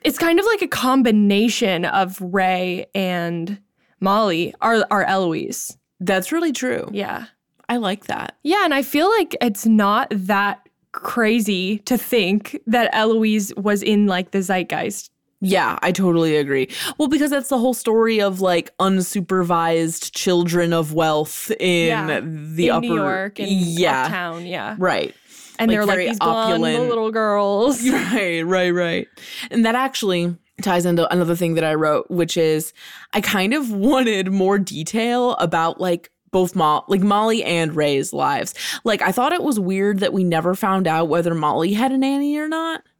B: it's kind of like a combination of Ray and Molly are are Eloise.
A: That's really true.
B: Yeah.
A: I like that.
B: Yeah, and I feel like it's not that crazy to think that Eloise was in like the zeitgeist.
A: Yeah, I totally agree. Well, because that's the whole story of like unsupervised children of wealth in
B: Yeah,
A: the
B: in
A: upper
B: New York and
A: yeah,
B: uptown, yeah.
A: right.
B: And
A: like,
B: they're like
A: very
B: these blonde
A: opulent.
B: little girls.
A: (laughs) right, right, right. And that actually ties into another thing that I wrote, which is I kind of wanted more detail about like both Mo- like Molly and Ray's lives. Like I thought it was weird that we never found out whether Molly had a nanny or not.
B: (laughs)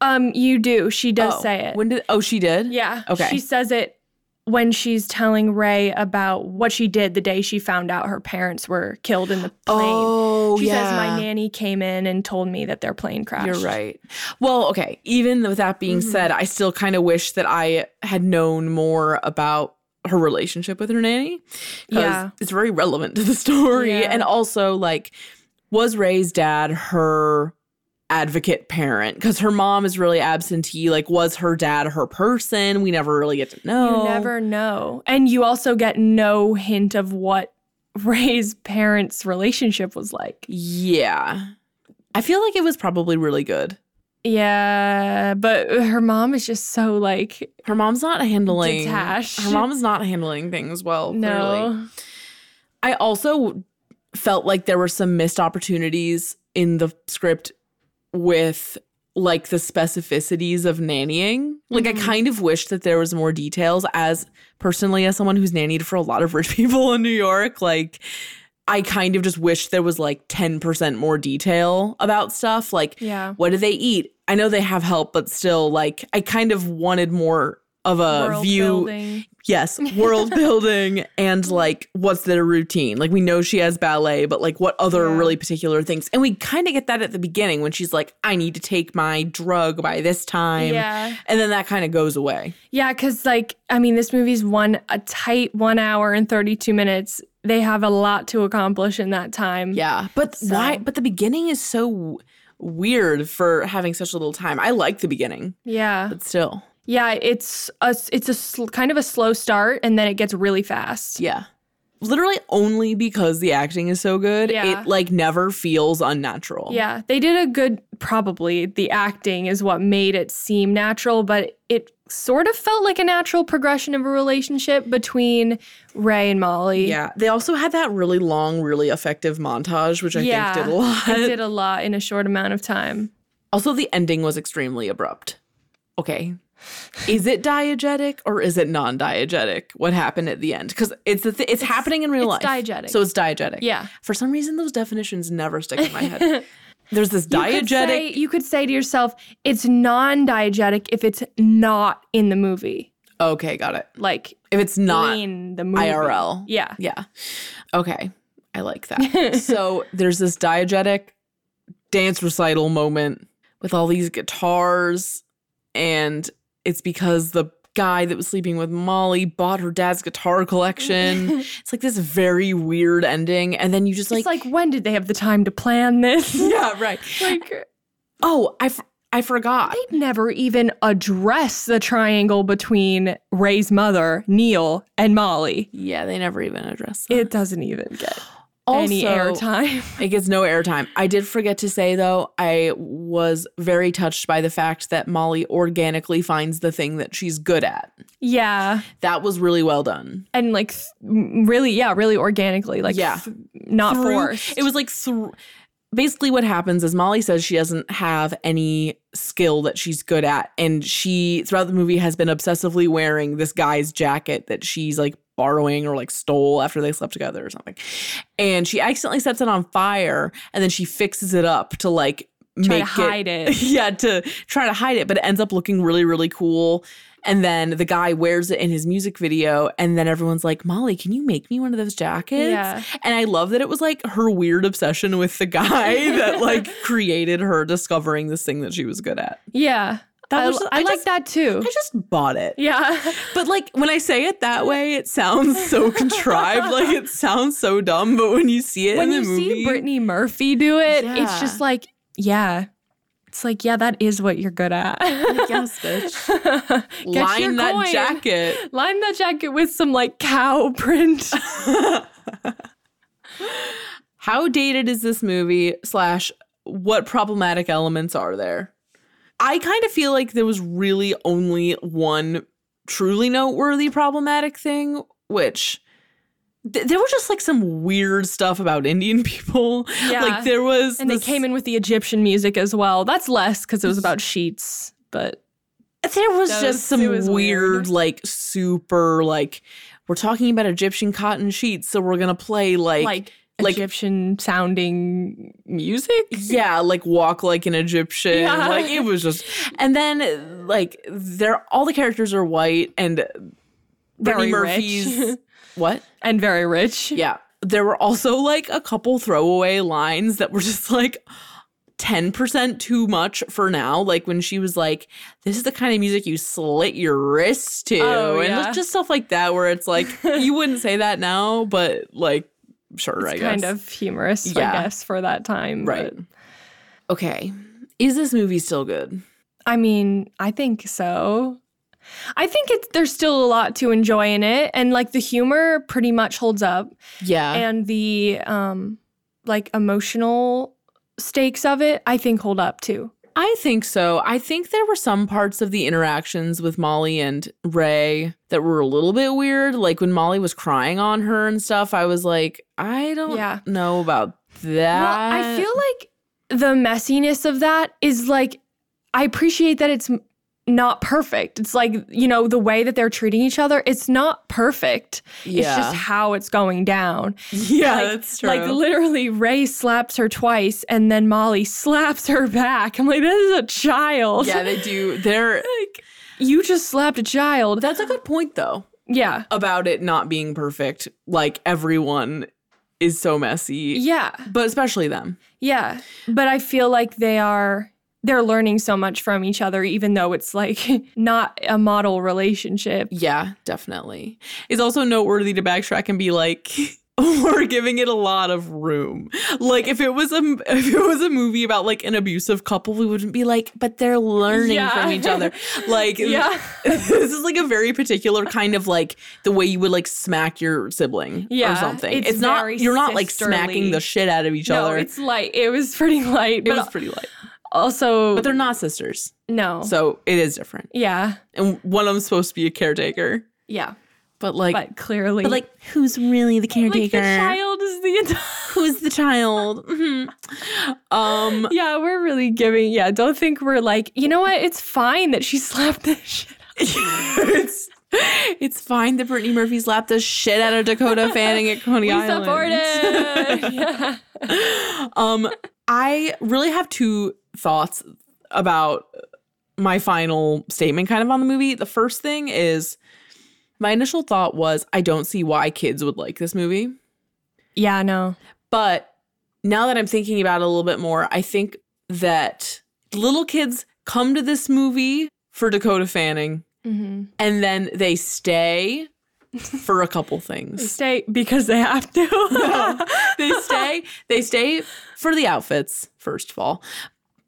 B: Um, you do. She does
A: Oh,
B: say it.
A: When did Oh, she did?
B: yeah.
A: Okay.
B: She says it when she's telling Ray about what she did the day she found out her parents were killed in the plane.
A: Oh,
B: she
A: yeah.
B: says my nanny came in and told me that their plane crashed. Mm-hmm.
A: You're right. Well, okay. Even with that being said, I still kind of wish that I had known more about her relationship with her nanny. 'cause
B: Yeah.
A: It's very relevant to the story.
B: Yeah.
A: And also, like, was Ray's dad her advocate parent? Because her mom is really absentee. Like, was her dad her person? We never really get to know.
B: You never know. And you also get no hint of what (laughs) Ray's parents' relationship was like.
A: Yeah. I feel like it was probably really good.
B: Yeah, but her mom is just so like,
A: Her mom's not handling
B: Detached.
A: Her mom's not handling things well. Clearly.
B: no.
A: I also felt like there were some missed opportunities in the script with like the specificities of nannying. Like
B: Mm-hmm.
A: I kind of wish that there was more details as personally as someone who's nannied for a lot of rich (laughs) people in New York, like I kind of just wish there was like 10% more detail about stuff. Like
B: Yeah.
A: what do they eat? I know they have help, but still like I kind of wanted more of a
B: World
A: Uh, view
B: building. (laughs)
A: yes, world building and like what's their routine? Like we know she has ballet, but like what other
B: Yeah.
A: really particular things? And we kind of get that at the beginning when she's like, I need to take my drug by this time.
B: Yeah.
A: And then that kind of goes away.
B: Yeah, because like, I mean, this movie's one, a tight one hour and 32 minutes. They have a lot to accomplish in that time.
A: Yeah. But
B: So-
A: why? But the beginning is so w- weird for having such a little time. I like the beginning,
B: Yeah.
A: but still.
B: Yeah. It's a, it's a sl- kind of a slow start and then it gets really fast.
A: Yeah. Literally only because the acting is so good,
B: Yeah.
A: it like never feels unnatural.
B: Yeah, they did a good, probably the acting is what made it seem natural, but it sort of felt like a natural progression of a relationship between Ray and Molly.
A: Yeah, they also had that really long, really effective montage, which I
B: yeah.
A: think did a lot.
B: It did a lot in a short amount of time.
A: (laughs) Also, the ending was extremely abrupt. Okay. Is it diegetic or is it non-diegetic? What happened at the end? Because it's the th- it's, happening in real
B: it's
A: life.
B: diegetic.
A: So it's diegetic.
B: Yeah. (laughs)
A: For some reason, those definitions never stick in my head. There's this
B: You could say-
A: diegetic.
B: you could say to yourself, it's non diegetic if it's not in the movie,
A: okay, got it.
B: like
A: If it's not
B: in the movie.
A: IRL.
B: Yeah.
A: Yeah. Okay. I like
B: (laughs)
A: that. so there's this diegetic dance recital moment with all these guitars. And it's because the guy that was sleeping with Molly bought her dad's guitar
B: (laughs)
A: collection. it's like this very weird ending. And then you just like,
B: it's like, when did they have the time to plan
A: (laughs)
B: this?
A: yeah, right.
B: (laughs) like,
A: Oh, I, f- I forgot.
B: they never even address the triangle between Ray's mother, Neil, and Molly.
A: Yeah, they never even address that.
B: It doesn't even get any
A: Also-
B: airtime. (laughs)
A: It gets no airtime. I did forget to say though, I was very touched by the fact that Molly organically finds the thing that she's good at.
B: yeah.
A: That was really well done.
B: And like, th- m- really, yeah, really organically. Like,
A: Yeah.
B: th- not
A: Through-
B: forced.
A: It was like thr basically what happens is Molly says she doesn't have any skill that she's good at, and she throughout the movie has been obsessively wearing this guy's jacket that she's like borrowing or like stole after they slept together or something. And she accidentally sets it on fire, and then she fixes it up to like
B: Try
A: make
B: to hide
A: (laughs)
B: it.
A: yeah, to try to hide it, but it ends up looking really, really cool. And then the guy wears it in his music video, and then everyone's like, "Molly, can you make me one of those jackets?"
B: Yeah.
A: And I love that it was like her weird obsession with the
B: (laughs)
A: guy that like created her discovering this thing that she was good at.
B: Yeah.
A: That
B: I,
A: was-
B: I,
A: I
B: like
A: just-
B: that too.
A: I just bought it.
B: yeah. (laughs)
A: But like when I say it that way, it sounds so contrived. Like it sounds so dumb. But when you see it
B: when
A: (laughs) in
B: you
A: the movie,
B: see Brittany Murphy do it, it's
A: Yeah.
B: just like, yeah. It's like, yeah, that is what you're good at.
A: (laughs)
B: (laughs)
A: yes, bitch,
B: Get your
A: line that
B: coin.
A: jacket.
B: Line that jacket with some like cow (laughs) print.
A: How dated is this movie? Slash, what problematic elements are there? I kind of feel like there was really only one truly noteworthy problematic thing, which th- there was just like some weird stuff about Indian (laughs) people.
B: Yeah.
A: Like there was,
B: and they came in with the Egyptian music as well. That's less because it was about sheets, but
A: There was
B: Those-
A: just
B: it
A: some
B: was
A: weird,
B: weird.
A: like super, like we're talking about Egyptian cotton sheets, so we're gonna play
B: like,
A: like-
B: Egyptian sounding music.
A: yeah, like walk like an Egyptian.
B: Yeah.
A: Like it was just, (laughs) and then like they're all the characters are white and Brittany
B: Very
A: (laughs)
B: rich.
A: Murphy's what?
B: (laughs) And very rich.
A: Yeah, there were also like a couple throwaway lines that were (laughs) just like. 10% too much for now. Like when she was like, This is the kind of music you slit your wrists to.
B: Oh,
A: and
B: yeah.
A: just stuff like that, where it's like, (laughs) You wouldn't say that now, but like, sure, I guess.
B: kind of humorous, I
A: Yeah.
B: guess, for that time.
A: Right.
B: but-
A: Okay. Is this movie still good?
B: I mean, I think so. I think it's there's still a lot to enjoy in it, and like the humor pretty much holds up,
A: Yeah.
B: and the um like emotional stakes of it, I think hold up too.
A: I think so. I think there were some parts of the interactions with Molly and Ray that were a little bit weird. Like when Molly was crying on her and stuff, I was like, I don't
B: Yeah.
A: know about
B: Well,
A: that.
B: I feel like the messiness of that is like I appreciate that it's m- not perfect. It's like, you know, the way that they're treating each other, it's not perfect.
A: (laughs)
B: It's just how it's going down.
A: yeah,
B: like,
A: that's true.
B: Like literally, Ray slaps her twice, and then Molly (laughs) slaps her back. I'm like, this is a child.
A: yeah, they do. They're
B: (laughs) like you just slapped a child.
A: that's a good point though
B: yeah,
A: about it not being perfect. Like everyone is so messy,
B: yeah,
A: but especially them.
B: yeah. But I feel like they are they're learning so much from each other, even though it's like (laughs) not a model relationship.
A: Yeah, definitely. It's also noteworthy to backtrack and be like, (laughs) we're giving it a lot of room. Like if it was a if it was a movie about like an abusive couple, we wouldn't be like, but they're learning
B: Yeah.
A: from each
B: (laughs)
A: other. Like
B: Yeah.
A: (laughs) this is like a very particular kind of like the way you would like smack your sibling or
B: Yeah,
A: something.
B: it's
A: It's, not
B: very
A: you're not like
B: sisterly.
A: smacking the shit out of each
B: No,
A: other.
B: it's light. It was pretty light,
A: it
B: but
A: was pretty light.
B: also
A: But they're not sisters.
B: no.
A: So it is different.
B: yeah,
A: And one of them's supposed to be a caretaker.
B: yeah.
A: But like
B: But clearly,
A: But like, who's really the
B: like the
A: caretaker?
B: child is the adult.
A: who's the child? Mhm. um,
B: (laughs) Yeah, we're really giving. Yeah, don't think we're like, you know what? It's fine that she (laughs) slapped this shit.
A: (laughs) it's it's fine that Brittany Murphy slapped the shit out of Dakota Fanning at Coney
B: We
A: Island.
B: support it. yeah.
A: (laughs) Um, I really have two thoughts about my final statement kind of on the movie. The first thing is my initial thought was I don't see why kids would like this movie.
B: Yeah, no.
A: But now that I'm thinking about it a little bit more, I think that little kids come to this movie for Dakota Fanning
B: Mm-hmm.
A: and then they stay for a couple things.
B: (laughs) Stay because they have
A: (laughs)
B: to.
A: they stay they stay for the outfits first of all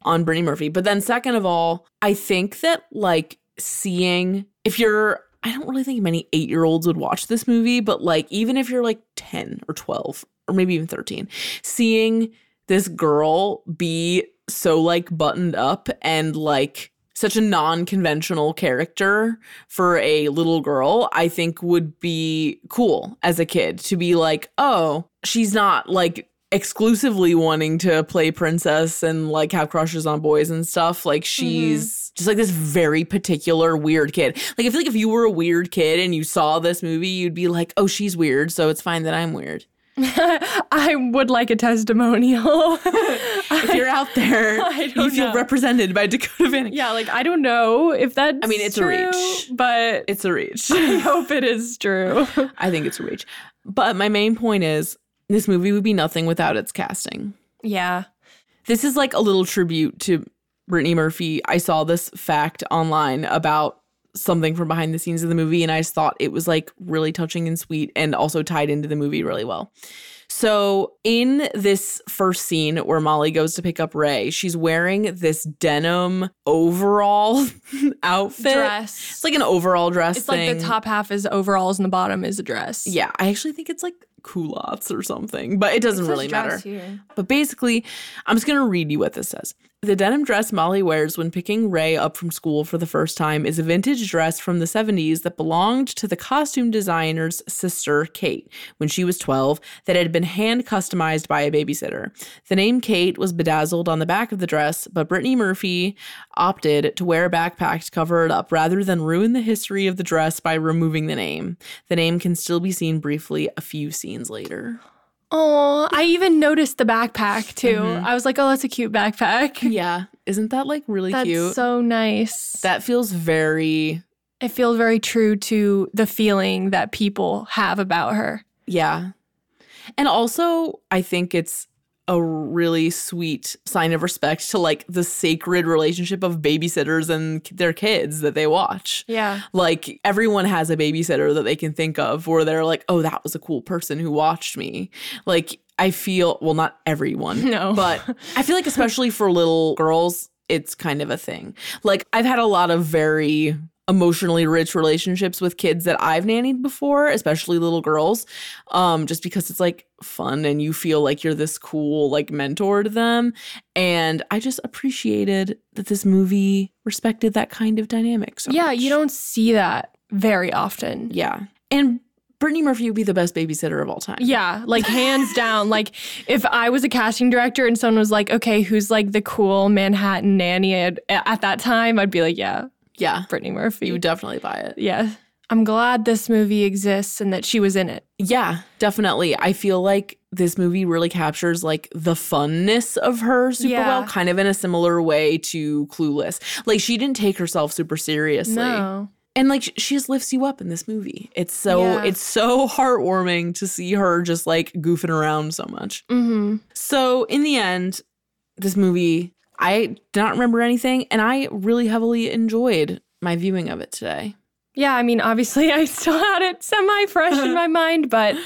A: on Brittany Murphy but then second of all I think that like seeing if you're I don't really think many 8-year-olds would watch this movie but like even if you're like 10 or 12 or maybe even 13 seeing this girl be so like buttoned up and like such a non-conventional character for a little girl i think would be cool as a kid to be like oh she's not like exclusively wanting to play princess and like have crushes on boys and stuff like
B: Mm-hmm.
A: she's just like this very particular weird kid like i feel like if you were a weird kid and you saw this movie you'd be like oh she's weird so it's fine that i'm weird
B: (laughs) I would like a (laughs) testimonial.
A: if you're out there
B: (laughs) I
A: you
B: don't
A: feel
B: know.
A: represented by dakota fanning
B: yeah, like I don't know if that's
A: I mean, it's a
B: true,
A: reach.
B: but
A: it's a reach
B: (laughs) I hope it is true.
A: I think it's a reach. But my main point is this movie would be nothing without its casting.
B: (laughs) yeah.
A: This is like a little tribute to Brittany Murphy. I saw this fact online about something from behind the scenes of the movie, and I just thought it was like really touching and sweet and also tied into the movie really well. So, in this first scene where Molly goes to pick up Ray, she's wearing this denim overall (laughs) outfit.
B: dress.
A: It's like an overall dress
B: It's
A: thing.
B: like the top half is overalls and the bottom is a dress.
A: Yeah, I actually think it's like culottes or something, but it doesn't really matter.
B: Here.
A: But basically, I'm just going to read you what this says. The denim dress Molly wears when picking Ray up from school for the first time is a vintage dress from the 70s that belonged to the costume designer's sister, Kate, when she was 12, that had been hand customized by a babysitter. The name Kate was bedazzled on the back of the dress, but Brittany Murphy opted to wear a backpack to cover it up rather than ruin the history of the dress by removing the name. The name can still be seen briefly a few scenes later.
B: Oh, I even noticed the backpack too. I was like, oh, that's a cute backpack.
A: Yeah. Isn't that like really
B: that's
A: cute?
B: so nice.
A: that feels very,
B: it feels very true to the feeling that people have about her.
A: yeah. And also, I think it's a really sweet sign of respect to like the sacred relationship of babysitters and k- their kids that they watch.
B: Yeah.
A: Like everyone has a babysitter that they can think of where they're like, oh, that was a cool person who watched me. Like, I feel, well, not everyone,
B: (laughs) No.
A: but I feel like, especially for little girls, it's kind of a thing. Like, I've had a lot of very emotionally rich relationships with kids that I've nannied before, especially little girls, um, just because it's like fun and you feel like you're this cool, like mentor to them. And I just appreciated that this movie respected that kind of dynamic. So
B: yeah,
A: much.
B: you don't see that very often.
A: Yeah. And Brittany Murphy would be the best babysitter of all time.
B: Yeah, like hands down. Like if I was a casting director and someone was like, "Okay, who's like the cool Manhattan nanny at, at that time?" I'd be like, "Yeah,
A: Yeah.
B: Brittany Murphy."
A: You would definitely buy it.
B: yeah. I'm glad this movie exists and that she was in it.
A: Yeah, definitely. I feel like this movie really captures like the funness of her super
B: Yeah.
A: well, kind of in a similar way to Clueless. Like she didn't take herself super seriously.
B: No.
A: And like sh- she just lifts you up in this movie. It's so
B: Yeah.
A: it's so heartwarming to see her just like goofing around so much.
B: Mhm.
A: So in the end, this movie I do not remember anything and I really heavily enjoyed my viewing of it today.
B: Yeah, I mean, obviously, (laughs) I still had it semi fresh in my mind, but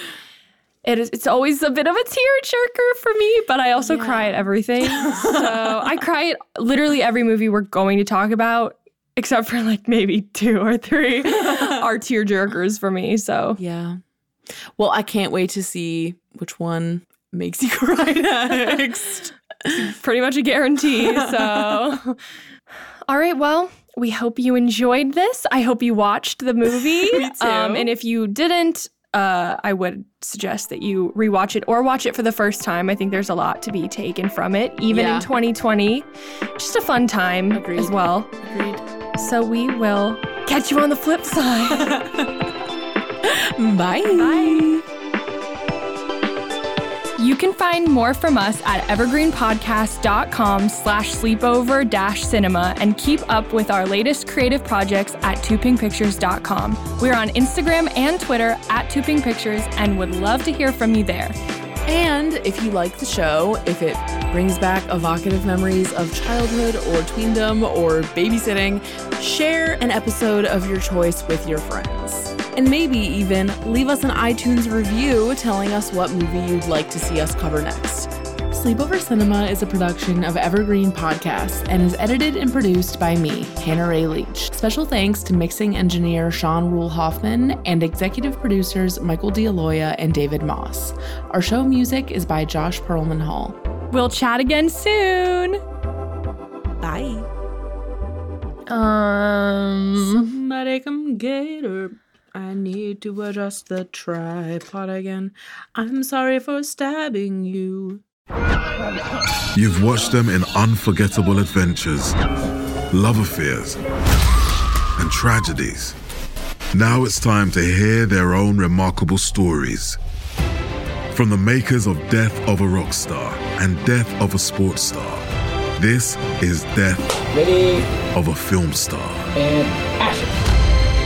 B: it is, it's always a bit of a tearjerker for me. But I also cry at everything. so I cry at literally every movie we're going to talk about, except for like maybe two or three are tearjerkers for me. So
A: Yeah. Well, I can't wait to see which one makes you (laughs) cry next.
B: pretty much a guarantee. So, (laughs) all right, well. We hope you enjoyed this. I hope you watched the movie. Um,
A: Me too.
B: and if you didn't, uh, I would suggest that you rewatch it or watch it for the first time. I think there's a lot to be taken from it, even
A: Yeah.
B: in 2020. Just a fun time as
A: Agreed.
B: well. So we will catch you on the flip side.
A: Bye.
B: Bye. You You can find more from us at evergreenpodcast.com slash sleepover dash cinema and keep up with our latest creative projects at tupingpictures.com. We're on Instagram and Twitter at tupingpictures and would love to hear from you there.
A: And if you like the show, if it brings back evocative memories of childhood or tweendom or babysitting, share an episode of your choice with your friends. And maybe even leave us an iTunes review telling us what movie you'd like to see us cover next. Sleepover Cinema is a production of Evergreen Podcasts and is edited and produced by me, Hannah Ray Leach. Special thanks to mixing engineer Sean Rule Hoffman and executive producers Michael D'Aloia and David Moss. Our show music is by Josh Perlman Hall.
B: We'll chat again soon.
A: Bye.
B: Um
A: Somebody come get her. I need to adjust the tripod again. I'm sorry for stabbing you.
F: You've watched them in unforgettable adventures, love affairs, and tragedies. Now it's time to hear their own remarkable stories. From the makers of Death of a Rock Star and Death of a Sports Star, this is Death of a Film Star.